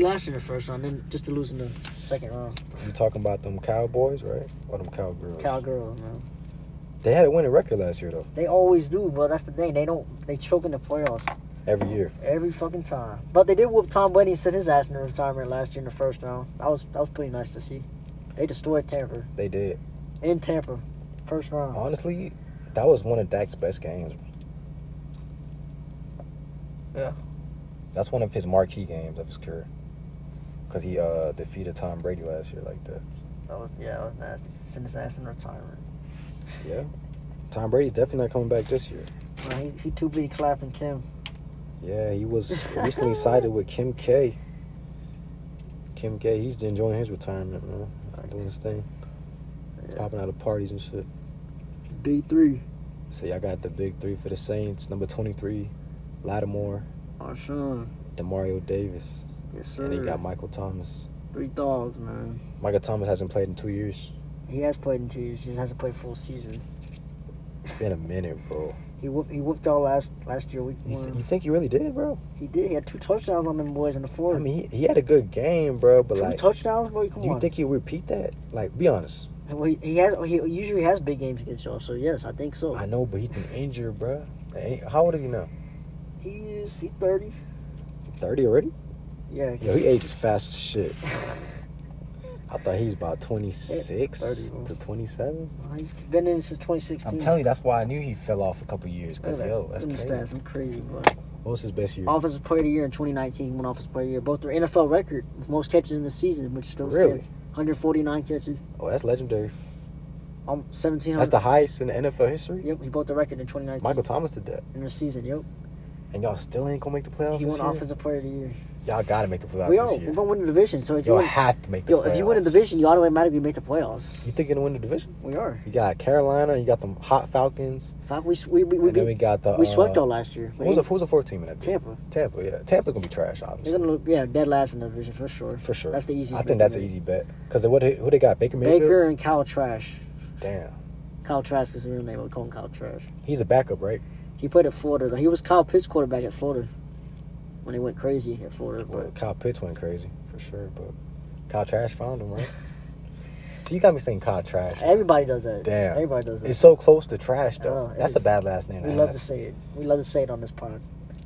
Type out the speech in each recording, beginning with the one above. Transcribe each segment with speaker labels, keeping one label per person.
Speaker 1: lost in the first round, then just to lose in the second round.
Speaker 2: You talking about them Cowboys, right? Or them Cowgirls?
Speaker 1: Cowgirl, man.
Speaker 2: They had a winning record last year though.
Speaker 1: They always do, bro. That's the thing. They don't. They choke in the playoffs
Speaker 2: Every year.
Speaker 1: every fucking time. But they did whoop Tom Brady and set his ass in retirement last year in the first round. That was that was pretty nice to see. They destroyed Tampa
Speaker 2: They did.
Speaker 1: in Tampa, first round.
Speaker 2: Honestly, that was one of Dak's best games.
Speaker 1: Yeah.
Speaker 2: That's one of his marquee games of his career. Cause he uh, defeated Tom Brady last year like that.
Speaker 1: That was yeah, that was nasty. Sent his ass in retirement.
Speaker 2: Yeah. Tom Brady's definitely not coming back this year.
Speaker 1: Bro, he he too busy clapping Kim.
Speaker 2: Yeah, he was recently sided with Kim K. Kim K. He's enjoying his retirement, man. Doing his thing,
Speaker 1: Yeah.
Speaker 2: popping out of parties and shit.
Speaker 1: B three.
Speaker 2: So y'all got the big three for the Saints: number twenty-three, Lattimore,
Speaker 1: Marshawn.
Speaker 2: Demario Davis,
Speaker 1: Yes sir.
Speaker 2: and he got Michael Thomas.
Speaker 1: Three dogs, man.
Speaker 2: Michael Thomas hasn't played in two years.
Speaker 1: He has played in two years. He just hasn't played full season.
Speaker 2: It's been a minute, bro.
Speaker 1: He whooped he whooped all last last year week
Speaker 2: You, th-
Speaker 1: one.
Speaker 2: you think you really did, bro?
Speaker 1: he did. He had two touchdowns on them boys in the fourth.
Speaker 2: I mean, he, he had a good game, bro. But
Speaker 1: two
Speaker 2: like,
Speaker 1: touchdowns, boy. Come
Speaker 2: do you
Speaker 1: on.
Speaker 2: think he'll repeat that? Like, be honest.
Speaker 1: Well, he- he has. He usually has big games against y'all. So yes, I think so.
Speaker 2: I know, but he's been injured, bro. How old is he now?
Speaker 1: He's he's thirty.
Speaker 2: Thirty already?
Speaker 1: Yeah.
Speaker 2: Yo, he ages fast as shit. I thought he was about 26
Speaker 1: 30, bro.
Speaker 2: to 27.
Speaker 1: uh, he's been in since twenty sixteen.
Speaker 2: I'm telling you, that's why I knew he fell off a couple years. Cause yo, that's
Speaker 1: Them
Speaker 2: crazy.
Speaker 1: stats, I'm crazy, bro.
Speaker 2: What was his best year?
Speaker 1: Offensive Player of the Year in 2019, he won Offensive Player of the Year. Both their NFL record with most catches in the season, which still
Speaker 2: Really?
Speaker 1: stands. 149 catches,
Speaker 2: Oh, that's legendary.
Speaker 1: um, 1700.
Speaker 2: That's the highest in NFL history.
Speaker 1: Yep, he broke the record in 2019
Speaker 2: Michael Thomas did that,
Speaker 1: in the season. Yep,
Speaker 2: and y'all still ain't gonna make the playoffs
Speaker 1: he
Speaker 2: this
Speaker 1: won
Speaker 2: year.
Speaker 1: Offensive Player of the Year.
Speaker 2: Y'all gotta make the playoffs
Speaker 1: We all
Speaker 2: this
Speaker 1: we're
Speaker 2: year.
Speaker 1: gonna win the division. So if you
Speaker 2: Y'all
Speaker 1: win,
Speaker 2: have to make the
Speaker 1: yo,
Speaker 2: playoffs.
Speaker 1: if you win the division, you automatically make the playoffs.
Speaker 2: you think you're gonna win the division?
Speaker 1: We are.
Speaker 2: You got Carolina, you got them hot Falcons,
Speaker 1: In fact, we we we, we,
Speaker 2: and then we
Speaker 1: beat-
Speaker 2: got the.
Speaker 1: we swept
Speaker 2: uh,
Speaker 1: all last year. We
Speaker 2: Who's the
Speaker 1: ain't-
Speaker 2: who's the fourth team in that? division?
Speaker 1: Tampa.
Speaker 2: Tampa, yeah. Tampa's gonna be trash, obviously.
Speaker 1: They're gonna look, yeah, dead last in the division for sure.
Speaker 2: For sure.
Speaker 1: That's the easiest.
Speaker 2: I
Speaker 1: bet
Speaker 2: think that's
Speaker 1: to
Speaker 2: an
Speaker 1: make.
Speaker 2: easy bet. Because what they, who they got? Baker Mayfield?
Speaker 1: Baker and Kyle Trash.
Speaker 2: Damn.
Speaker 1: Kyle Trash is his real name. We call him Kyle Trash.
Speaker 2: He's a backup, right?
Speaker 1: He played at Florida. though. He was Kyle Pitts quarterback at Florida when they went crazy at Florida.
Speaker 2: Well,
Speaker 1: But
Speaker 2: Kyle Pitts went crazy, for sure. But Kyle Trash found him, right? so you got me saying Kyle Trash.
Speaker 1: everybody does that.
Speaker 2: Damn.
Speaker 1: Everybody does that.
Speaker 2: It's so close to trash, though.
Speaker 1: Oh, it
Speaker 2: That's
Speaker 1: is.
Speaker 2: a bad last name. to
Speaker 1: we love
Speaker 2: have.
Speaker 1: to say it. We love to say it on this pod.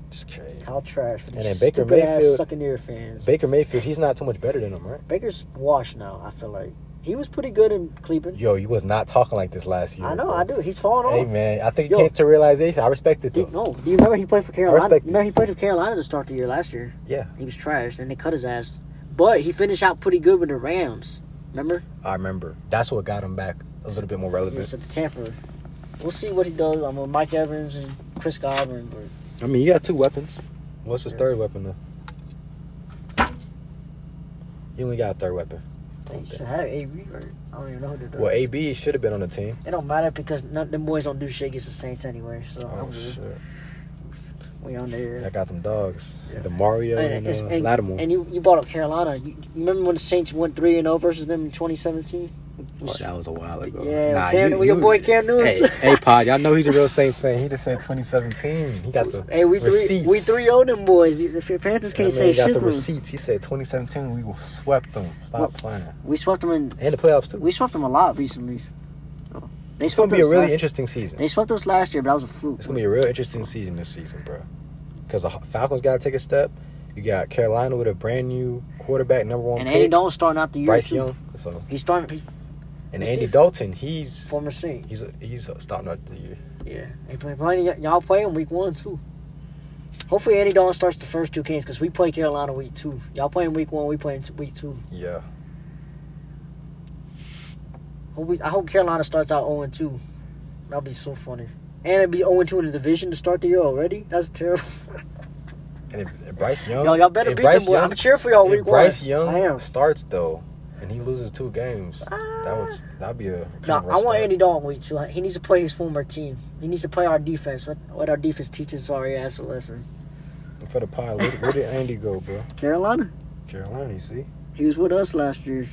Speaker 2: It's crazy.
Speaker 1: Kyle Trash for
Speaker 2: And
Speaker 1: these
Speaker 2: then Baker
Speaker 1: stupid ass
Speaker 2: Mayfield-
Speaker 1: sucking ear fans.
Speaker 2: Baker Mayfield, he's not too much better than him, right?
Speaker 1: Baker's washed now. I feel like he was pretty good in Cleveland.
Speaker 2: Yo, you was not talking like this last year.
Speaker 1: I know.
Speaker 2: bro.
Speaker 1: I do. He's falling
Speaker 2: Hey,
Speaker 1: off.
Speaker 2: man, I think you
Speaker 1: Yo.
Speaker 2: came to a realization. I respect it,
Speaker 1: He-
Speaker 2: though.
Speaker 1: no, do you remember he played for Carolina?
Speaker 2: respect it.
Speaker 1: remember he played for Carolina to start the year last year.
Speaker 2: Yeah.
Speaker 1: He was trash, and they cut his ass. But he finished out pretty good with the Rams. Remember?
Speaker 2: I remember. That's what got him back a little bit more
Speaker 1: Yeah,
Speaker 2: relevant.
Speaker 1: so the Tampa. We'll see what he does. I'm with Mike Evans and Chris Godwin. But
Speaker 2: I mean, you got two weapons. What's his third weapon, though? You only got a third weapon.
Speaker 1: they should have AB. Or, I don't even know who they're doing.
Speaker 2: Well, AB should have been on the team.
Speaker 1: It don't matter because none, them boys don't do shit against the Saints anyway. So
Speaker 2: Oh,
Speaker 1: I'm good.
Speaker 2: shit.
Speaker 1: we on
Speaker 2: I
Speaker 1: there.
Speaker 2: got them dogs.
Speaker 1: Yeah.
Speaker 2: The Mario and,
Speaker 1: it's-
Speaker 2: uh, Lattimore.
Speaker 1: and you, you brought up Carolina. You, you remember when the Saints went three and zero versus them in 2017?
Speaker 2: Oh, that was a while ago.
Speaker 1: Yeah, Cam- your boy Cam Newton.
Speaker 2: Hey, hey, Pod, y'all know he's a real Saints fan. He just said 2017. He got the
Speaker 1: Hey, we three
Speaker 2: receipts.
Speaker 1: we three owe them boys. The Panthers
Speaker 2: That man
Speaker 1: can't say
Speaker 2: got
Speaker 1: shit
Speaker 2: the
Speaker 1: to them.
Speaker 2: receipts. He said 2017. We will swept them. Stop
Speaker 1: Well,
Speaker 2: playing.
Speaker 1: We swept them in.
Speaker 2: And the playoffs too.
Speaker 1: We swept them a lot recently. They
Speaker 2: it's gonna
Speaker 1: swept
Speaker 2: be a
Speaker 1: us
Speaker 2: really
Speaker 1: last-
Speaker 2: interesting season.
Speaker 1: They swept us last year, but that was a fluke.
Speaker 2: It's gonna be a real interesting season this season, bro. Because the Falcons gotta take a step. You got Carolina with a brand new quarterback, number one
Speaker 1: and Andy
Speaker 2: pick,
Speaker 1: Dalton starting out the year.
Speaker 2: Bryce
Speaker 1: too.
Speaker 2: Young. So
Speaker 1: He's starting. He's
Speaker 2: and
Speaker 1: You
Speaker 2: Andy
Speaker 1: see-
Speaker 2: Dalton, he's
Speaker 1: former Saint.
Speaker 2: he's he's starting out the year.
Speaker 1: Yeah. They play, play, y- y'all play him week one too. Hopefully, Andy Dalton starts the first two games because we play Carolina week two. Y'all playing week one. We playing t- week two.
Speaker 2: Yeah,
Speaker 1: Hope we, I hope Carolina starts out 0 2. That'll be so funny. And it'd be 0 2 in the division to start the year already. That's terrible.
Speaker 2: and if, if Bryce Young,
Speaker 1: Yo, y'all better
Speaker 2: if
Speaker 1: beat
Speaker 2: Bryce
Speaker 1: them, boy.
Speaker 2: Young-
Speaker 1: I'm cheering for y'all
Speaker 2: if
Speaker 1: week
Speaker 2: Bryce
Speaker 1: one.
Speaker 2: Young
Speaker 1: I am.
Speaker 2: starts though, and he loses two games, that would that'd be a kind
Speaker 1: No, Ah. I
Speaker 2: of rough
Speaker 1: want
Speaker 2: start.
Speaker 1: Andy Dalton week two. He needs to play his former team. He needs to play our defense. What, what our defense teaches our ass a lesson.
Speaker 2: for the pile. Where, where did Andy go, bro?
Speaker 1: Carolina.
Speaker 2: Carolina, you see,
Speaker 1: He was with us last year.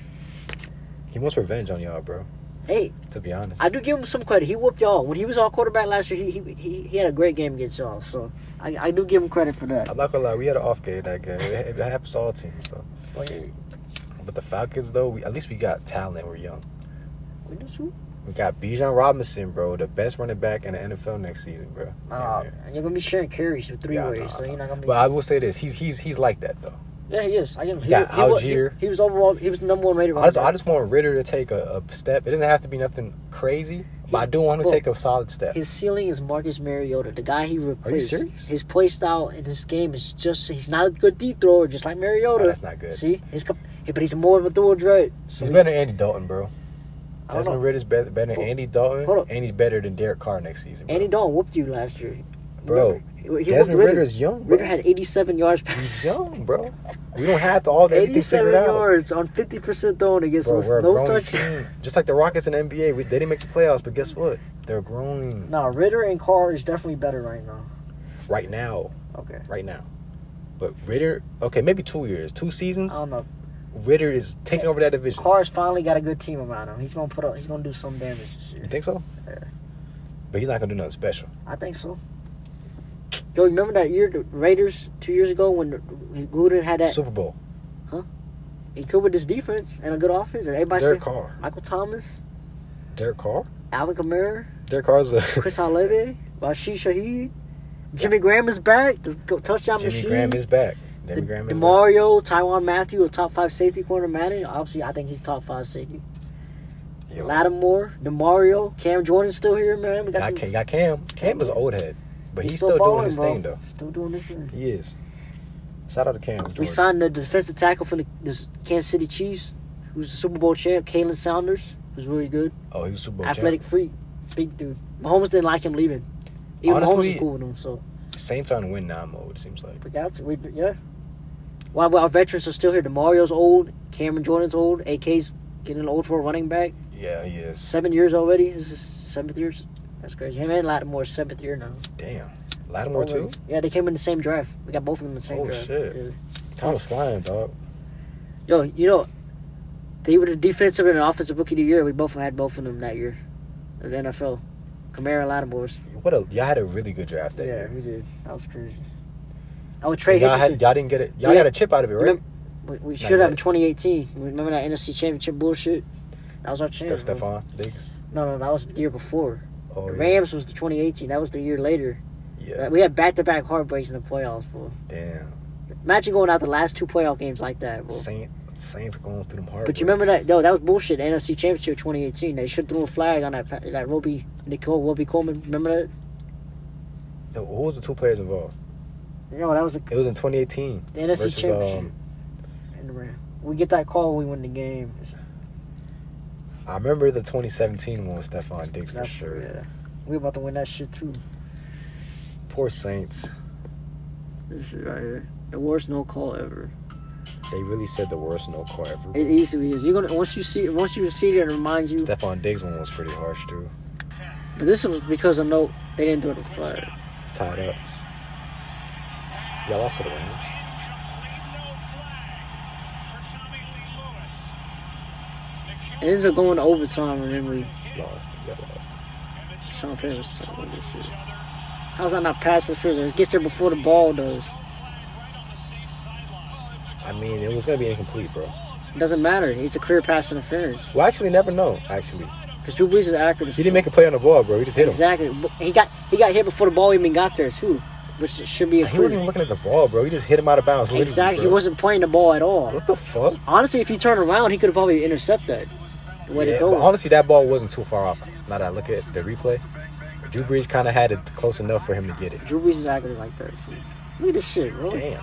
Speaker 2: he wants revenge on y'all, bro.
Speaker 1: Hey,
Speaker 2: To be honest,
Speaker 1: I do give him some credit. He whooped y'all when he was our quarterback last year. He he he, he had a great game against y'all. So I, I do give him credit for that.
Speaker 2: I'm not gonna lie, we had an off game that game. It, it happens to all teams, so.
Speaker 1: But, yeah,
Speaker 2: But the Falcons, though, we, at least we got talent. We're young.
Speaker 1: we do shoot.
Speaker 2: We got Bijan Robinson, bro, the best running back in the NFL next season, bro.
Speaker 1: Uh,
Speaker 2: Yeah, man.
Speaker 1: and you're gonna be sharing carries with three
Speaker 2: Yeah, I
Speaker 1: ways,
Speaker 2: know,
Speaker 1: so
Speaker 2: I
Speaker 1: you're not gonna be.
Speaker 2: But I will say this: he's he's he's like that though.
Speaker 1: yeah, he is. I am. He,
Speaker 2: got
Speaker 1: he was-
Speaker 2: Algier.
Speaker 1: He, he was overall. He was the number one rated.
Speaker 2: I
Speaker 1: running
Speaker 2: just, I
Speaker 1: back.
Speaker 2: just want Ritter to take a, a step. It doesn't have to be nothing crazy, but I do want him
Speaker 1: Bro,
Speaker 2: to take a solid step.
Speaker 1: His ceiling is Marcus Mariota, the guy he replaced.
Speaker 2: serious?
Speaker 1: His play style in his game is just—he's not a good deep thrower, just like Mariota.
Speaker 2: Nah, Oh, that's not good.
Speaker 1: See, his, comp- but he's more of a thrower threat. So
Speaker 2: He's better than Andy Dalton, bro.
Speaker 1: I don't
Speaker 2: Desmond
Speaker 1: know.
Speaker 2: Ritter's better, better than
Speaker 1: Hold-
Speaker 2: Andy Dalton,
Speaker 1: hold up.
Speaker 2: and he's better than Derek Carr next season. Bro.
Speaker 1: Andy Dalton whooped you last year,
Speaker 2: Bro,
Speaker 1: Remember? He whooped
Speaker 2: Desmond Ritter is young, bro.
Speaker 1: Ritter had 87 yards
Speaker 2: He's
Speaker 1: passing.
Speaker 2: young, bro. We don't have to all that everything
Speaker 1: 87
Speaker 2: figured out.
Speaker 1: yards on 50% throwing against
Speaker 2: Bro,
Speaker 1: us.
Speaker 2: we're a
Speaker 1: No
Speaker 2: grown
Speaker 1: touch.
Speaker 2: team. Just like the Rockets in the NBA, we, they didn't make the playoffs, but guess what? They're growing
Speaker 1: No, Ritter and Carr is definitely better right now.
Speaker 2: right now,
Speaker 1: Okay.
Speaker 2: right now. But Ritter, okay, maybe two years, two seasons.
Speaker 1: I don't know.
Speaker 2: Ritter is taking over that division.
Speaker 1: Carr's finally got a good team around him. He's gonna put up. He's gonna do some damage this year.
Speaker 2: You think so?
Speaker 1: Yeah.
Speaker 2: But he's not gonna do nothing special.
Speaker 1: I think so. Yo, remember that year the Raiders two years ago when the- Gruden had that?
Speaker 2: Super Bowl.
Speaker 1: he could with his defense and a good offense, and everybody
Speaker 2: Derek
Speaker 1: said
Speaker 2: Carr.
Speaker 1: Michael Thomas,
Speaker 2: Derek Carr.
Speaker 1: Alvin Kamara,
Speaker 2: Derek Carr's a
Speaker 1: Chris Olave, Rashid Shaheed, Jimmy Graham is back. The go- touchdown
Speaker 2: Jimmy
Speaker 1: machine.
Speaker 2: Graham is back.
Speaker 1: the,
Speaker 2: Jimmy Graham is back.
Speaker 1: Demario, Tywan Matthew, a top five safety corner Madden. Obviously, I think he's top five safety.
Speaker 2: Yo,
Speaker 1: Lattimore, Demario, Cam Jordan's still here, man. We
Speaker 2: got,
Speaker 1: the-
Speaker 2: Cam, got Cam. Cam is an old head, but he's, still, doing
Speaker 1: balling,
Speaker 2: his
Speaker 1: bro.
Speaker 2: thing though.
Speaker 1: Still doing his thing.
Speaker 2: He is. Shout out to Cam. Jordan.
Speaker 1: We signed the defensive tackle for the the Kansas City Chiefs, who's the Super Bowl champ, Kalen Saunders, who's really good,
Speaker 2: oh, he was Super Bowl
Speaker 1: athletic freak, big dude. Mahomes didn't like him leaving. Even Mahomes
Speaker 2: Honestly-
Speaker 1: is cool with him. So,
Speaker 2: champ. Saints are in win now mode. Seems like.
Speaker 1: but that's we yeah. While our veterans are still here, Demario's old, Cameron Jordan's old, AK's getting old for a running back.
Speaker 2: Yeah, he is.
Speaker 1: Seven years already. This is seventh years. That's crazy. Him and Lattimore's seventh year now.
Speaker 2: Damn. Lattimore too.
Speaker 1: Yeah, they came in the same draft. We got both of them in the same
Speaker 2: Oh,
Speaker 1: draft.
Speaker 2: shit.
Speaker 1: Yeah.
Speaker 2: Time is flying, dog.
Speaker 1: Yo, you know, they were the defensive and offensive rookie of the year. We both had both of them that year, in the NFL. Kamara and Lattimore's.
Speaker 2: What a y'all had a really good draft that year.
Speaker 1: we did. That was crazy. Oh, I would
Speaker 2: And
Speaker 1: trade
Speaker 2: Y'all,
Speaker 1: Hitchison.
Speaker 2: had, y'all didn't get it. Y'all
Speaker 1: Yeah.
Speaker 2: got a chip out of it, right?
Speaker 1: Remember- we we
Speaker 2: Not
Speaker 1: should have
Speaker 2: yet.
Speaker 1: in 2018. Remember that NFC Championship bullshit? That was our
Speaker 2: Steph,
Speaker 1: chance. bro.
Speaker 2: Stephon Diggs.
Speaker 1: No, no, that was the year before.
Speaker 2: Oh,
Speaker 1: the
Speaker 2: yeah.
Speaker 1: Rams was the 2018. That was the year later.
Speaker 2: Yeah.
Speaker 1: We had back-to-back heartbreaks in the playoffs, bro.
Speaker 2: Damn.
Speaker 1: Imagine going out the last two playoff games like that, bro.
Speaker 2: Saint, Saints going through them hard.
Speaker 1: But you remember that? No, that was bullshit. The NFC Championship 2018. They should threw a flag on that pa- that Roby Nicole Roby Coleman. Remember
Speaker 2: Who was the two players involved?
Speaker 1: that? No, that was the,
Speaker 2: It was in 2018
Speaker 1: the NFC
Speaker 2: versus
Speaker 1: Championship.
Speaker 2: um.
Speaker 1: And the Rams. we get that call, we win the game. It's-
Speaker 2: I remember the 2017 one with Stephon Diggs for sure.
Speaker 1: yeah. We about to win that shit too.
Speaker 2: Poor Saints.
Speaker 1: This is right here. The worst no call ever.
Speaker 2: They really said the worst no call ever.
Speaker 1: It easily is. You're gonna once you see once you see it, it reminds you.
Speaker 2: Stephon Diggs one was pretty harsh too.
Speaker 1: But this was because of no, they didn't do it on flag.
Speaker 2: Tied up. Y'all lost to the Rams.
Speaker 1: It ends up going to overtime, and then we
Speaker 2: Lost. Y'all lost.
Speaker 1: Sean Payton was so good this year. How's that not passing through? It gets there before the ball does.
Speaker 2: I mean, it was gonna be incomplete, bro.
Speaker 1: It doesn't matter. It's a clear pass interference.
Speaker 2: Well, actually, never know. Actually,
Speaker 1: Because Drew Brees is accurate. as
Speaker 2: he didn't
Speaker 1: fuck.
Speaker 2: make a play on the ball, bro. He just hit him.
Speaker 1: exactly. But He got he got hit before the ball even got there too, which should be a
Speaker 2: He wasn't even
Speaker 1: clear.
Speaker 2: looking at the ball, bro. He just hit him out of bounds. literally,
Speaker 1: Exactly. He
Speaker 2: bro.
Speaker 1: wasn't playing the ball at all.
Speaker 2: What the fuck?
Speaker 1: Honestly, if he turned around, he could have probably intercepted the way
Speaker 2: Yeah,
Speaker 1: it
Speaker 2: but
Speaker 1: goes.
Speaker 2: honestly, that ball wasn't too far off. Now that I look at the replay, Drew Brees kind of had it close enough for him to get it.
Speaker 1: Drew Brees is accurate like this. Look at this shit, bro.
Speaker 2: Damn.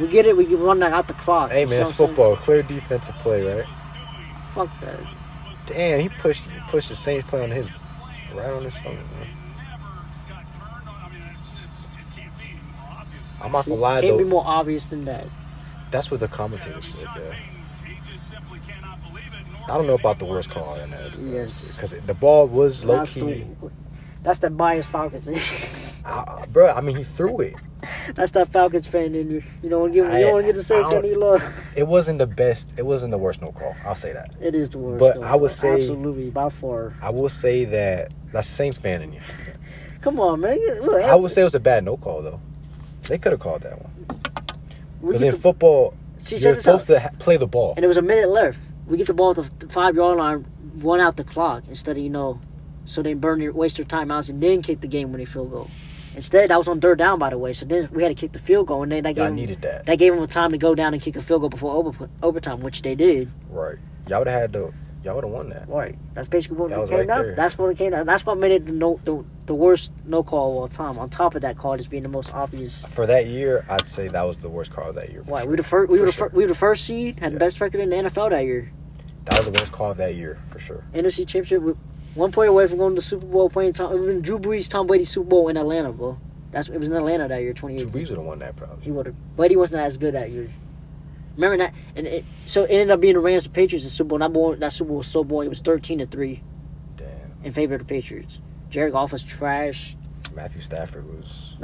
Speaker 1: We get it. We can run that out the clock.
Speaker 2: Hey
Speaker 1: You see
Speaker 2: man, it's
Speaker 1: what I'm saying?
Speaker 2: football. Clear defensive play, right?
Speaker 1: Fuck that.
Speaker 2: Damn, he pushed he pushed the Saints play on his right on his stomach. Man. I'm not gonna lie
Speaker 1: Can't
Speaker 2: though,
Speaker 1: be more obvious than that.
Speaker 2: that's what the commentators said. Yeah. I don't know about the worst call in that.
Speaker 1: Yes.
Speaker 2: Because the ball was low
Speaker 1: That's
Speaker 2: key,
Speaker 1: the, that's the biased Falcons.
Speaker 2: I, bro. I mean, he threw it.
Speaker 1: That's that Falcons fan in you. You don't want to give.
Speaker 2: I-
Speaker 1: You don't want to give the Saints
Speaker 2: I don't-
Speaker 1: any love.
Speaker 2: It wasn't the best. It wasn't the worst no call. I'll say that.
Speaker 1: It is the worst.
Speaker 2: But
Speaker 1: though.
Speaker 2: I would say-
Speaker 1: absolutely by far.
Speaker 2: I will say that that's Saints fan in you.
Speaker 1: Come on, man. You- Look,
Speaker 2: I would say it was a bad no call though. They could have called that one
Speaker 1: we
Speaker 2: because
Speaker 1: get
Speaker 2: in
Speaker 1: the-
Speaker 2: football,
Speaker 1: See,
Speaker 2: you're
Speaker 1: check this out.
Speaker 2: supposed to ha- play the ball.
Speaker 1: and there was a minute left. We get the ball at the five yard line, one out the clock instead of you know, so they burn your waste their timeouts and then kick the game winning field goal. Instead, that was on third down, by the way. So then we had to kick the field goal, and then that
Speaker 2: Y'all
Speaker 1: gave them,
Speaker 2: needed that.
Speaker 1: that gave them time to go down and kick a field goal before over, overtime, which they did.
Speaker 2: Right. Y'all would have had the. Y'all would have won that.
Speaker 1: Right. That's basically what
Speaker 2: That
Speaker 1: it
Speaker 2: was
Speaker 1: came
Speaker 2: right
Speaker 1: up.
Speaker 2: there.
Speaker 1: That's what it came up. That's what made it the, no, the the worst no call of all time. On top of that call just being the most obvious.
Speaker 2: For that year, I'd say that was the worst call of that year. for
Speaker 1: Why
Speaker 2: sure.
Speaker 1: we were the first? We
Speaker 2: For
Speaker 1: were the,
Speaker 2: sure.
Speaker 1: fir- we were the first seed, had the
Speaker 2: Yeah.
Speaker 1: best record in the NFL that year.
Speaker 2: That was the worst call of that year for sure.
Speaker 1: NFC Championship, we're one point away from going to the Super Bowl, playing Tom, Drew Brees, Tom Brady Super Bowl in Atlanta, bro. That's it was in Atlanta that year,
Speaker 2: Drew
Speaker 1: 2018.
Speaker 2: Brees would have won that probably.
Speaker 1: He would have, but he wasn't as good that year. Remember that, and it, so it ended up being the Rams and Patriots in Super Bowl. That, boy, that Super Bowl was so boring. It was 13 to three
Speaker 2: Damn.
Speaker 1: in favor of the Patriots. Jared Goff was trash.
Speaker 2: Matthew Stafford was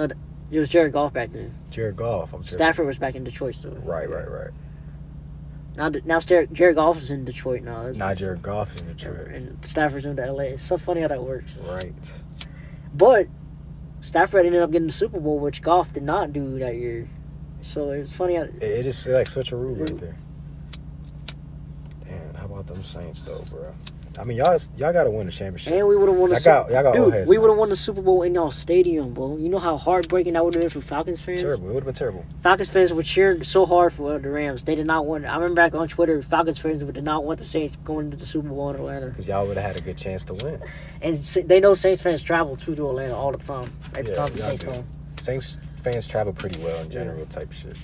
Speaker 1: It was Jared Goff back then.
Speaker 2: Jared Goff. I'm Jared-
Speaker 1: Stafford was back in Detroit still.
Speaker 2: Right, right, right.
Speaker 1: Now, now Jared, Jared Goff is in Detroit now. That's-
Speaker 2: Not Jared Goff's in Detroit.
Speaker 1: And Stafford's in LA. It's so funny how that works.
Speaker 2: Right.
Speaker 1: But Stafford ended up getting the Super Bowl, which Goff did not do that year. So it's funny. How,
Speaker 2: It, it is like switch a rule right there. Damn. How about them Saints though, bro? I mean, y'all y'all gotta win the championship.
Speaker 1: and we would have won the
Speaker 2: Y'all got-
Speaker 1: Sup-
Speaker 2: y'all got old
Speaker 1: Dude,
Speaker 2: heads
Speaker 1: we
Speaker 2: now.
Speaker 1: would have won the Super Bowl in y'all stadium, bro. You know how heartbreaking that would have been for Falcons fans.
Speaker 2: terrible. It would have been terrible.
Speaker 1: Falcons fans were cheering so hard for the Rams. They did not want. I remember back on Twitter, Falcons fans did not want the Saints going to the Super Bowl in Atlanta,
Speaker 2: Cause y'all would have had a good chance to win.
Speaker 1: and Sa- they know Saints fans travel to to Atlanta all the time. Every
Speaker 2: Yeah,
Speaker 1: time the
Speaker 2: y'all
Speaker 1: Saints
Speaker 2: do.
Speaker 1: home.
Speaker 2: Saints fans travel pretty well in general, type shit.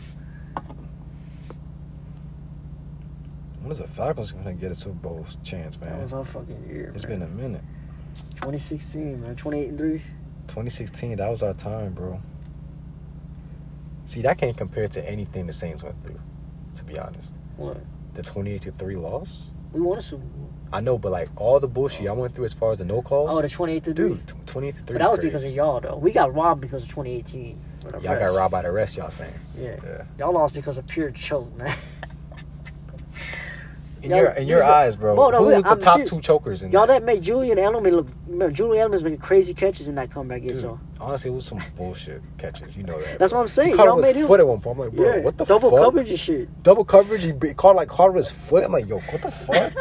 Speaker 2: When is the Falcons gonna get a Super Bowl chance,
Speaker 1: That
Speaker 2: man?
Speaker 1: was our fucking year.
Speaker 2: It's
Speaker 1: man.
Speaker 2: been a minute.
Speaker 1: 2016, man. 28 and three.
Speaker 2: 2016, that was our time, bro. See, that can't compare to anything the Saints went through, to be honest.
Speaker 1: What?
Speaker 2: The 28 to 3 loss?
Speaker 1: We won a Super Bowl.
Speaker 2: I know, but like all the bullshit I went through as far as the no calls.
Speaker 1: Oh, the 28 to three.
Speaker 2: dude, tw- 28 to 3.
Speaker 1: But that was because of y'all, though. We got robbed because of 2018. with our
Speaker 2: y'all
Speaker 1: press.
Speaker 2: got robbed by the rest, y'all saying.
Speaker 1: Yeah.
Speaker 2: Yeah.
Speaker 1: Y'all lost because of pure choke, man.
Speaker 2: In
Speaker 1: Y'all-
Speaker 2: your in your
Speaker 1: y'all-
Speaker 2: eyes, bro.
Speaker 1: Bro, no,
Speaker 2: who
Speaker 1: we-
Speaker 2: was the
Speaker 1: I'm
Speaker 2: top
Speaker 1: serious.
Speaker 2: two chokers in
Speaker 1: y'all
Speaker 2: that?
Speaker 1: that made Julian Edelman look. Remember, Julian Edelman's making crazy catches in that comeback
Speaker 2: Dude,
Speaker 1: game. So
Speaker 2: honestly, it was some bullshit catches. You know that.
Speaker 1: That's
Speaker 2: bro.
Speaker 1: what I'm saying.
Speaker 2: He caught
Speaker 1: Y'all
Speaker 2: it with
Speaker 1: made
Speaker 2: his
Speaker 1: him-
Speaker 2: foot at one point. I'm like, bro,
Speaker 1: yeah,
Speaker 2: what the
Speaker 1: double
Speaker 2: fuck?
Speaker 1: coverage and shit.
Speaker 2: Double coverage. He be- caught like caught it with his foot. I'm like, yo, what the fuck?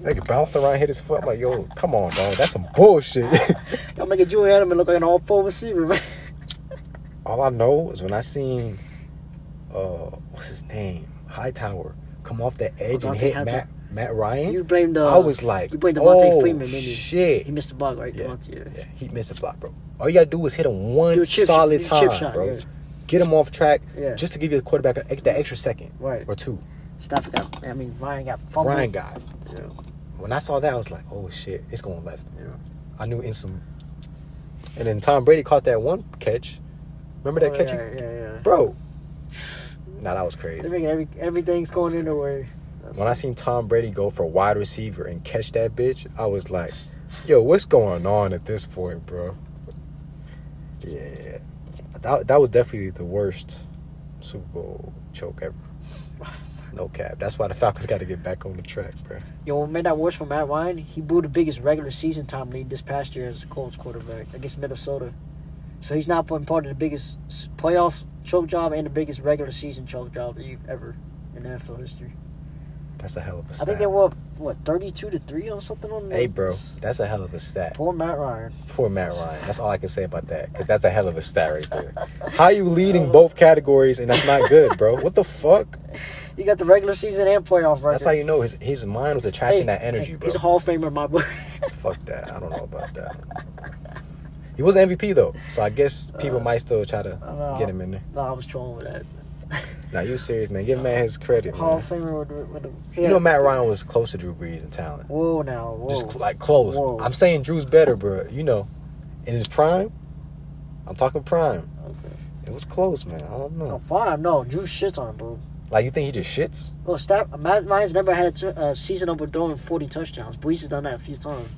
Speaker 2: like it bounced around, hit his foot. I'm like, yo, come on, dog. That's some bullshit.
Speaker 1: Y'all making Julian Edelman look like an all-pro receiver, man.
Speaker 2: All I know is when I seen, uh, what's his name, Hightower, come off the edge
Speaker 1: Devontae
Speaker 2: and hit
Speaker 1: Hightower.
Speaker 2: Matt, Matt Ryan.
Speaker 1: You blamed. Uh,
Speaker 2: I was like,
Speaker 1: you blamed Devontae
Speaker 2: oh
Speaker 1: Freeman, didn't you?
Speaker 2: shit.
Speaker 1: He missed the block, right?
Speaker 2: Yeah.
Speaker 1: Devontae.
Speaker 2: Yeah, he missed a block, bro. All you gotta do is hit him one
Speaker 1: Do a chip shot-
Speaker 2: solid
Speaker 1: do a
Speaker 2: time,
Speaker 1: chip shot,
Speaker 2: bro.
Speaker 1: yeah.
Speaker 2: Get him off track,
Speaker 1: Yeah.
Speaker 2: just to give you the quarterback an ex- that extra second
Speaker 1: Right. Um,
Speaker 2: or two.
Speaker 1: Stafford got. I mean, Ryan got fumbled.
Speaker 2: Ryan got. it.
Speaker 1: Yeah.
Speaker 2: When I saw that, I was like, oh shit, it's going left.
Speaker 1: Yeah.
Speaker 2: I knew instantly. And then Tom Brady caught that one catch. Remember that
Speaker 1: Oh,
Speaker 2: catch,
Speaker 1: Yeah, yeah, yeah.
Speaker 2: bro? Nah, that was
Speaker 1: They're
Speaker 2: crazy.
Speaker 1: making every, everything's going in their way.
Speaker 2: When I seen Tom Brady go for wide receiver and catch that bitch, I was like, yo, what's going on at this point, bro? Yeah. That, that was definitely the worst Super Bowl choke ever. No cap. That's why the Falcons got to get back on the track, bro.
Speaker 1: Yo, what made that worse for Matt Ryan? He blew the biggest regular season time lead this past year as a Colts quarterback against Minnesota. So he's not putting part of the biggest s- playoff choke job and the biggest regular season choke job e- ever in NFL history.
Speaker 2: That's a hell of a
Speaker 1: I
Speaker 2: stat.
Speaker 1: think they were up, what thirty-two to three or something on.
Speaker 2: Hey,
Speaker 1: the-
Speaker 2: bro, that's a hell of a stat.
Speaker 1: Poor Matt Ryan.
Speaker 2: Poor Matt Ryan. That's all I can say about that because that's a hell of a stat right there. How you leading both categories and that's not good, bro? What the fuck?
Speaker 1: You got the regular season and playoff record.
Speaker 2: That's how you know his his mind was attracting that energy,
Speaker 1: hey,
Speaker 2: bro.
Speaker 1: He's a Hall of Famer, my boy.
Speaker 2: Fuck that. I don't know about that. He was an MVP though, so I guess people might still try to
Speaker 1: know.
Speaker 2: get him in there.
Speaker 1: no, I was trolling with that.
Speaker 2: Now you serious, man? Give man his credit.
Speaker 1: Hall
Speaker 2: Man.
Speaker 1: of Famer with, the- with the.
Speaker 2: You know Matt Ryan was close to Drew Brees in talent,
Speaker 1: Whoa, now, whoa.
Speaker 2: just like close.
Speaker 1: Whoa.
Speaker 2: I'm saying Drew's better, bro. You know, in his prime, I'm talking prime.
Speaker 1: Okay.
Speaker 2: It was close, man. I don't know.
Speaker 1: No, prime, Oh, no. Drew shits on him, bro.
Speaker 2: Like you think he just shits?
Speaker 1: Well, Staff, Matt Ryan's never had a t- uh, season overthrowing 40 touchdowns. Brees has done that a few times.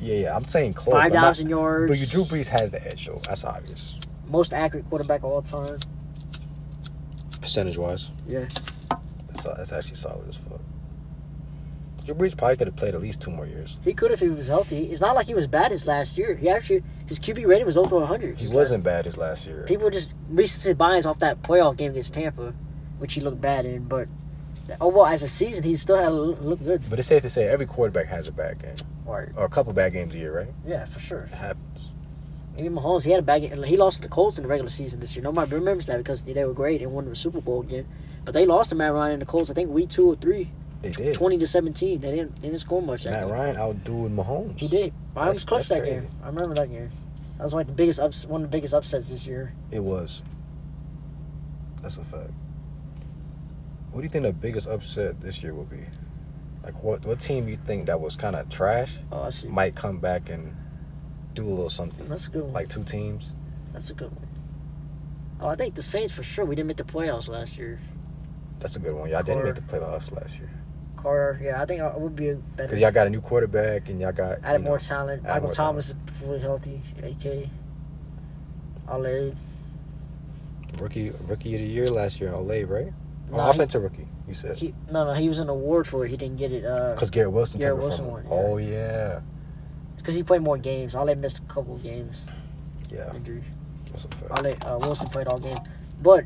Speaker 2: Yeah, yeah. I'm saying close. but not-
Speaker 1: 5,000 yards.
Speaker 2: But you, Drew Brees has the edge, though. That's obvious,
Speaker 1: Most accurate quarterback of all time.
Speaker 2: percentage wise.
Speaker 1: Yeah.
Speaker 2: That's that's actually solid as fuck. Drew Brees probably could have played at least two more years.
Speaker 1: He could if he was healthy. It's not like he was bad his last year. He actually his QB rating was over 100.
Speaker 2: He
Speaker 1: his
Speaker 2: wasn't bad his last year.
Speaker 1: last- People just reached his buys off that playoff game against Tampa, which he looked bad in. But overall, as a season, he still had look good.
Speaker 2: But it's safe to say every quarterback has a bad game
Speaker 1: Or
Speaker 2: or a couple bad games a year, right?
Speaker 1: yeah, for sure.
Speaker 2: It happens.
Speaker 1: Even Mahomes, he had a bad game. He lost to the Colts in the regular season this year. Nobody remembers that because they were great and won the Super Bowl again. But they lost to Matt Ryan and the Colts. I think week two or three,
Speaker 2: They did.
Speaker 1: 20 to 17. They didn't, they didn't score much. that
Speaker 2: Matt
Speaker 1: game.
Speaker 2: Ryan outdueled Mahomes.
Speaker 1: He did. Ryan was
Speaker 2: That's-
Speaker 1: clutch that
Speaker 2: that's
Speaker 1: game.
Speaker 2: crazy.
Speaker 1: I remember that game. That was like the biggest ups, one of the biggest upsets this year.
Speaker 2: It was. That's a fact. What do you think the biggest upset this year will be? Like what what team you think that was kind of trash
Speaker 1: Oh, I see.
Speaker 2: might come back and do a little something?
Speaker 1: That's a good one.
Speaker 2: Like two teams.
Speaker 1: That's a good one. Oh, I think the Saints for sure. We didn't make the playoffs last year.
Speaker 2: That's a good one. Y'all didn't
Speaker 1: Core.
Speaker 2: make the playoffs last year
Speaker 1: Carter, yeah, I think I would be a better.
Speaker 2: because y'all got a new quarterback and y'all got
Speaker 1: added
Speaker 2: you
Speaker 1: more
Speaker 2: know,
Speaker 1: talent.
Speaker 2: added
Speaker 1: Michael
Speaker 2: more
Speaker 1: Thomas is fully healthy. AK. Ale.
Speaker 2: rookie rookie of the year last year. Olay, right? Or
Speaker 1: No, he-
Speaker 2: offensive rookie. You said
Speaker 1: He no no he was an award for it. He didn't get it uh,
Speaker 2: because Garrett Wilson
Speaker 1: Garrett
Speaker 2: took it from
Speaker 1: Wilson
Speaker 2: him.
Speaker 1: won, yeah.
Speaker 2: Oh yeah,
Speaker 1: because he played more games. Ale missed a couple of games.
Speaker 2: yeah.
Speaker 1: Injury.
Speaker 2: That's a fact.
Speaker 1: Ale uh, Wilson played all game, but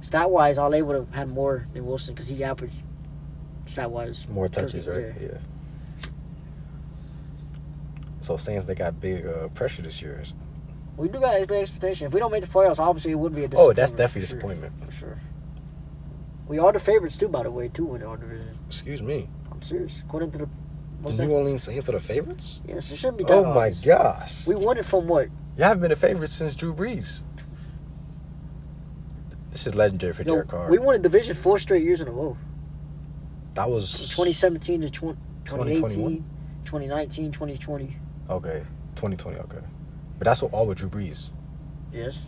Speaker 1: stat wise, Ale would have had more than Wilson because he averaged stat wise
Speaker 2: More touches, right? Yeah. So Saints they got big uh, pressure this year.
Speaker 1: We do got big expectation. If we don't make the playoffs, obviously it would be a
Speaker 2: Oh,
Speaker 1: disappointment.
Speaker 2: that's definitely
Speaker 1: for sure.
Speaker 2: disappointment.
Speaker 1: For sure. We are the favorites too, by the way, too in our division.
Speaker 2: Excuse me.
Speaker 1: I'm serious. According to the what's
Speaker 2: The
Speaker 1: that?
Speaker 2: New Orleans Saints are the favorites.
Speaker 1: Yes, it shouldn't be that
Speaker 2: Oh my
Speaker 1: obvious.
Speaker 2: gosh!
Speaker 1: We won it from what?
Speaker 2: Y'all have been the favorites since Drew Brees. This is legendary for
Speaker 1: Yo,
Speaker 2: Derek Carr.
Speaker 1: we won a division four straight years in a row.
Speaker 2: that
Speaker 1: From
Speaker 2: was
Speaker 1: 2017 to 20, 2018,
Speaker 2: 2021?
Speaker 1: 2019, 2020.
Speaker 2: Okay, 2020. Okay, but that's all with Drew Brees.
Speaker 1: Yes.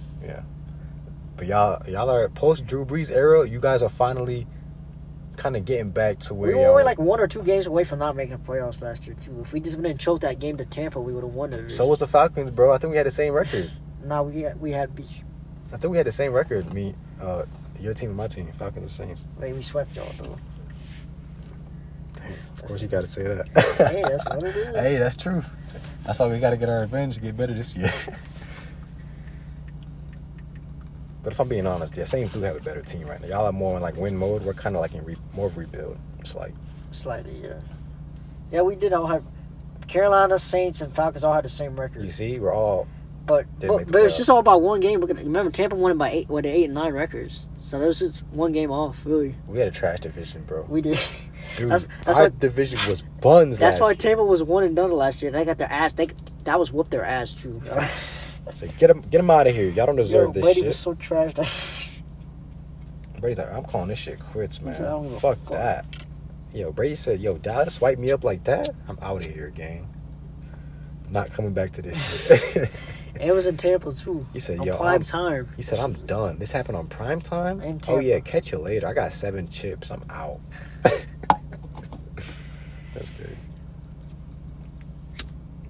Speaker 2: But y'all, y'all are post Drew Brees era. You guys are finally kind of getting back to where
Speaker 1: we were
Speaker 2: y'all
Speaker 1: only like one or two games away from not making the playoffs last year too. If we just wouldn't choke that game to Tampa, we would have won it.
Speaker 2: So was the Falcons, bro. I think we had the same record.
Speaker 1: now we had, we had beach.
Speaker 2: I think we had the same record. Me, uh, your team and my team, Falcons and Saints.
Speaker 1: Like we swept y'all though.
Speaker 2: Of course, you got to say that.
Speaker 1: Hey, that's what it is.
Speaker 2: Hey, that's true. That's why we got to get our revenge to get better this year. but if I'm being honest, yeah, Saints do have a better team right now. Y'all are more in like win mode. We're kind of like in re- more of rebuild. It's like
Speaker 1: Slightly, yeah. Yeah, we did all have Carolina Saints and Falcons all had the same record,
Speaker 2: you see, we're all
Speaker 1: but
Speaker 2: Didn't
Speaker 1: but,
Speaker 2: make the
Speaker 1: but it's just
Speaker 2: playoffs.
Speaker 1: all about one game. Look at- Remember, Tampa won it by eight with eight and nine records, so that was just one game off. Really,
Speaker 2: we had a trash division, bro.
Speaker 1: we did.
Speaker 2: Dude,
Speaker 1: That's- that's
Speaker 2: our
Speaker 1: what-
Speaker 2: division was buns.
Speaker 1: That's why
Speaker 2: last year.
Speaker 1: Tampa was one and done last year. They got their ass. They that was whooped their ass too.
Speaker 2: It's like, get him, get him out of here. Y'all don't deserve
Speaker 1: Yo,
Speaker 2: this
Speaker 1: Brady
Speaker 2: shit.
Speaker 1: was so trash. That
Speaker 2: Brady's like, I'm calling this shit quits, man.
Speaker 1: said, "I don't give a
Speaker 2: fuck,
Speaker 1: fuck."
Speaker 2: that. Yo, Brady said, Yo, Dallas wipe me up like that. I'm out of here, gang. Not coming back to this shit.
Speaker 1: it was in Tampa too.
Speaker 2: He said,
Speaker 1: On
Speaker 2: "Yo,
Speaker 1: prime
Speaker 2: I'm-
Speaker 1: time."
Speaker 2: he said, I'm done. This happened on prime time.
Speaker 1: In
Speaker 2: Oh
Speaker 1: Tampa.
Speaker 2: yeah, catch you later. I got seven chips. I'm out. That's crazy.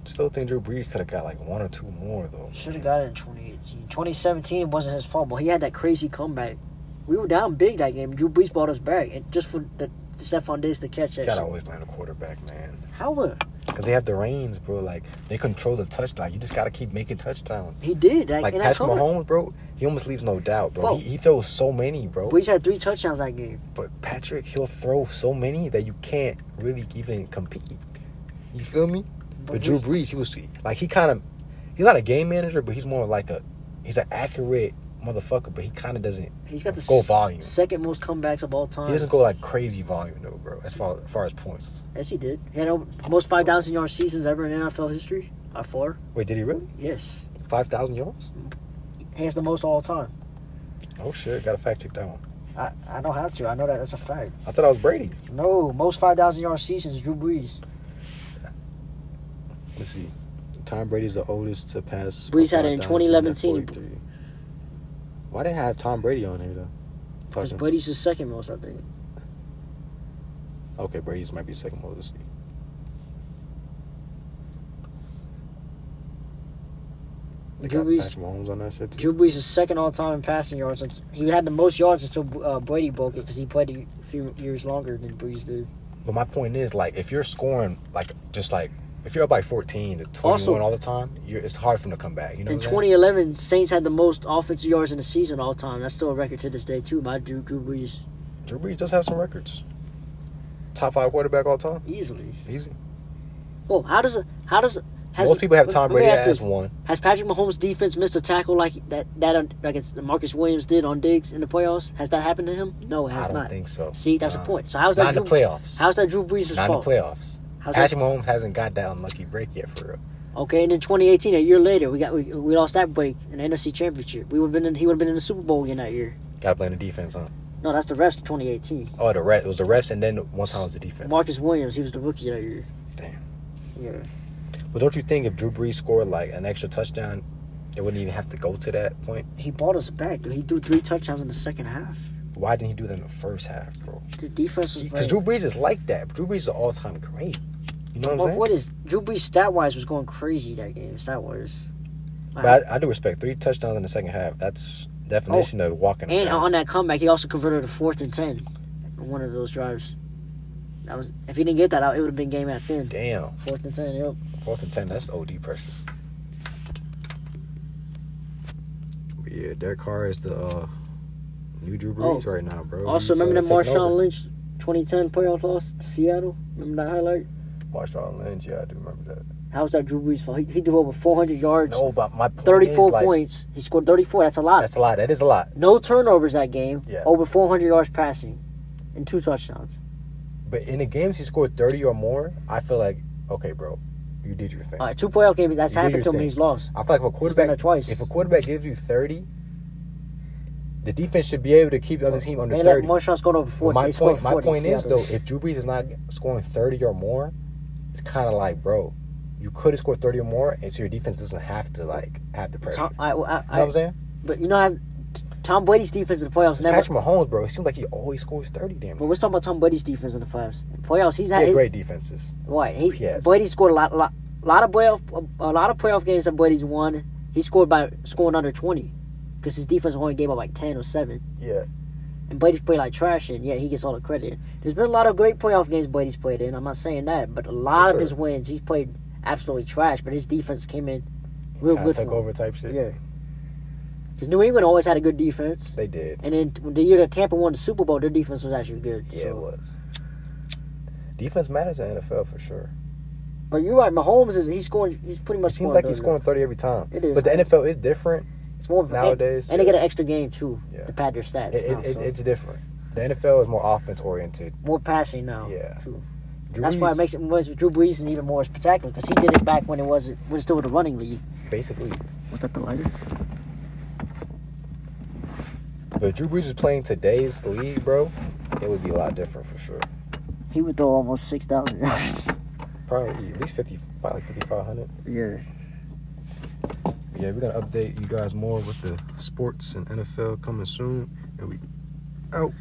Speaker 2: Still think Drew Brees could have got like one or two more though.
Speaker 1: Should have got it in 2018. 2017 wasn't his fault, but he had that crazy comeback. We were down big that game. Drew Brees brought us back, and just for the Stephon Diggs to catch
Speaker 2: You
Speaker 1: that.
Speaker 2: gotta
Speaker 1: shit.
Speaker 2: always blame the quarterback, man.
Speaker 1: How the
Speaker 2: Cause they have the reins, bro. Like they control the touchdown. You just gotta keep making touchdowns.
Speaker 1: he did like,
Speaker 2: Like
Speaker 1: in that
Speaker 2: Patrick
Speaker 1: comeback.
Speaker 2: Mahomes, bro, he almost leaves no doubt, bro.
Speaker 1: Bro.
Speaker 2: He, he throws so many, bro.
Speaker 1: Brees had three touchdowns that game.
Speaker 2: But Patrick, he'll throw so many that you can't really even compete. You feel me? But, Drew
Speaker 1: Brees-
Speaker 2: Brees, he was like he kind of he's not a game manager, but he's more like a he's an accurate motherfucker. But he kind of doesn't
Speaker 1: he's got the
Speaker 2: go
Speaker 1: s-
Speaker 2: volume.
Speaker 1: second most comebacks of all time.
Speaker 2: He doesn't go like crazy volume though, bro. As far as far as points.
Speaker 1: Yes, he did. He had over, most five thousand yard seasons ever in NFL history. By far,
Speaker 2: Wait, did he really
Speaker 1: yes,
Speaker 2: five thousand yards?
Speaker 1: he has the most all time.
Speaker 2: Oh shit, gotta fact check that one.
Speaker 1: I, I don't have to. I know that. That's a fact.
Speaker 2: I thought I was Brady.
Speaker 1: No, most five thousand yard seasons. Drew Brees.
Speaker 2: Let's see. Tom Brady's the oldest to pass.
Speaker 1: Brees had it in 2011 team.
Speaker 2: 2011. Why didn't have Tom Brady on here though?
Speaker 1: His
Speaker 2: Talking.
Speaker 1: buddy's the second most, I think.
Speaker 2: Okay, Brady's might be second oldest. They
Speaker 1: Drew
Speaker 2: got
Speaker 1: Brees-
Speaker 2: Patrick Mahomes on that shit too.
Speaker 1: Drew Brees is second all time in passing yards. He had the most yards until uh, Brady broke it because he played a few years longer than Brees did.
Speaker 2: But my point is, like, if you're scoring, like, just like, if you're up by 14 to 21
Speaker 1: Also-
Speaker 2: all the time, you're, it's hard for them to come back. You know
Speaker 1: In
Speaker 2: what I'm saying?
Speaker 1: 2011, Saints had the most offensive yards in the season all time. That's still a record to this day, too. My Drew, Drew Brees,
Speaker 2: Drew Brees does have some records. Top five quarterback all time.
Speaker 1: easily.
Speaker 2: Easy.
Speaker 1: Well, how does a how does
Speaker 2: Most people have Tom
Speaker 1: let me
Speaker 2: Brady
Speaker 1: ask
Speaker 2: as
Speaker 1: this.
Speaker 2: one.
Speaker 1: Has Patrick Mahomes' defense missed a tackle like that that uh, like it's Marcus Williams did on Diggs in the playoffs? Has that happened to him? No, it has
Speaker 2: I don't
Speaker 1: not.
Speaker 2: think so.
Speaker 1: See, that's
Speaker 2: Nah.
Speaker 1: a point. So how's
Speaker 2: Not
Speaker 1: that
Speaker 2: in the playoffs.
Speaker 1: How's that Drew Brees'
Speaker 2: Not in the
Speaker 1: fault?
Speaker 2: playoffs.
Speaker 1: How's that-
Speaker 2: Patrick Mahomes hasn't got that unlucky break yet, for real.
Speaker 1: Okay, and in 2018, a year later, we got we, we lost that break in the NFC Championship. We would have been in, he would have been in the Super Bowl again that year.
Speaker 2: Got to blame the defense, huh?
Speaker 1: No, that's the refs. 2018,
Speaker 2: Oh, the ref. It was the refs, and then one time was the defense.
Speaker 1: Marcus Williams, he was the rookie that year.
Speaker 2: Damn.
Speaker 1: Yeah.
Speaker 2: But don't you think if Drew Brees scored like an extra touchdown, it wouldn't even have to go to that point?
Speaker 1: He bought us back. dude. He threw three touchdowns in the second half.
Speaker 2: Why didn't he do that in the first half, bro?
Speaker 1: The defense was.
Speaker 2: Because
Speaker 1: playing-
Speaker 2: Drew Brees is like that. Drew Brees is an all-time great. You know what I'm
Speaker 1: Well,
Speaker 2: saying?
Speaker 1: what is Drew Brees stat wise was going crazy that game stat wise,
Speaker 2: But I, I do respect three touchdowns in the second half. That's definition of walking.
Speaker 1: Oh, and
Speaker 2: around.
Speaker 1: on that comeback he also converted a fourth and ten on one of those drives. That was if he didn't get that out, it would have been game at then.
Speaker 2: damn
Speaker 1: Fourth and ten, yep.
Speaker 2: fourth and ten. That's OD pressure. But yeah, Derek Carr is the uh, new Drew Brees
Speaker 1: Oh.
Speaker 2: right now, bro.
Speaker 1: also,
Speaker 2: He's,
Speaker 1: remember
Speaker 2: uh,
Speaker 1: the
Speaker 2: taking
Speaker 1: Marshawn
Speaker 2: over.
Speaker 1: Lynch 2010 playoff loss to Seattle? Remember that highlight?
Speaker 2: Marshawn Lynch. Yeah, I do remember that.
Speaker 1: How was that Drew Brees' fault? He, he threw over 400 yards,
Speaker 2: No, but my point
Speaker 1: 34
Speaker 2: is, like,
Speaker 1: points. He scored 34. That's a lot.
Speaker 2: That's a lot. That is a lot.
Speaker 1: no turnovers that game.
Speaker 2: Yeah.
Speaker 1: Over 400 yards passing, and two touchdowns.
Speaker 2: But in the games he scored 30 or more, I feel like, okay, bro, you did your thing.
Speaker 1: All right, two playoff games. That's
Speaker 2: You did your
Speaker 1: happened to him. and
Speaker 2: thing.
Speaker 1: He's lost.
Speaker 2: I feel like if a
Speaker 1: done that
Speaker 2: quarterback
Speaker 1: twice.
Speaker 2: if a quarterback gives you 30, the defense should be able to keep the other team under
Speaker 1: They let
Speaker 2: 30.
Speaker 1: uh, Marshawn scored over
Speaker 2: But
Speaker 1: 40.
Speaker 2: my
Speaker 1: they scored
Speaker 2: point, my
Speaker 1: 40,
Speaker 2: point is
Speaker 1: Seattle.
Speaker 2: though, if Drew Brees is not scoring 30 or more, it's kind of like, bro, you could have scored 30 or more, and so your defense doesn't have to like have the pressure.
Speaker 1: Tom, I, well, I,
Speaker 2: you know
Speaker 1: I,
Speaker 2: what I'm saying?
Speaker 1: but you know, how Tom Brady's defense in the playoffs never.
Speaker 2: Patrick Mahomes, bro, it seems like he always scores 30. Damn,
Speaker 1: But
Speaker 2: near.
Speaker 1: we're talking about Tom Brady's defense in the playoffs. In playoffs, he's
Speaker 2: he
Speaker 1: not.
Speaker 2: had
Speaker 1: his-
Speaker 2: great defenses.
Speaker 1: Right, he
Speaker 2: Yes.
Speaker 1: Brady scored a lot, lot, lot of playoff, a, a lot of playoff games that Brady's won. He scored by scoring under twenty, because his defense only gave up like ten or seven.
Speaker 2: Yeah,
Speaker 1: And Brady's played like trash, and yeah, he gets all the credit. There's been a lot of great playoff games Brady's played in. I'm not saying that, but a lot
Speaker 2: For
Speaker 1: of
Speaker 2: sure.
Speaker 1: his wins, he's played absolutely trash. But his defense came in real
Speaker 2: kind
Speaker 1: good.
Speaker 2: of
Speaker 1: For
Speaker 2: took
Speaker 1: him.
Speaker 2: over type shit.
Speaker 1: Yeah. Because New England always had a good defense.
Speaker 2: they did.
Speaker 1: And then the year that Tampa won the Super Bowl, their defense was actually good.
Speaker 2: Yeah,
Speaker 1: so.
Speaker 2: it was. Defense matters in the NFL for sure.
Speaker 1: But you're right, Mahomes is he's scoring he's pretty
Speaker 2: It
Speaker 1: much
Speaker 2: seems
Speaker 1: scoring.
Speaker 2: like he's
Speaker 1: those
Speaker 2: scoring 30 every time.
Speaker 1: It is.
Speaker 2: But the NFL is different.
Speaker 1: now. it's more of a-
Speaker 2: nowadays,
Speaker 1: And, and they
Speaker 2: yeah.
Speaker 1: get an extra game too
Speaker 2: Yeah.
Speaker 1: to pad their stats.
Speaker 2: It, it,
Speaker 1: now,
Speaker 2: it-
Speaker 1: so.
Speaker 2: it's different. The NFL is more offense oriented.
Speaker 1: more passing now.
Speaker 2: Yeah.
Speaker 1: Too. That's why it makes it makes Drew Brees even more spectacular because he did it back when it wasn't when it's still with the running league.
Speaker 2: Basically.
Speaker 1: Was that the lighter?
Speaker 2: But Drew Brees is playing today's league, bro. It would be a lot different for sure.
Speaker 1: He would throw almost six thousand yards.
Speaker 2: Probably at least 50, probably 5,500.
Speaker 1: yeah.
Speaker 2: Yeah, we're going to update you guys more with the sports and NFL coming soon. And we out.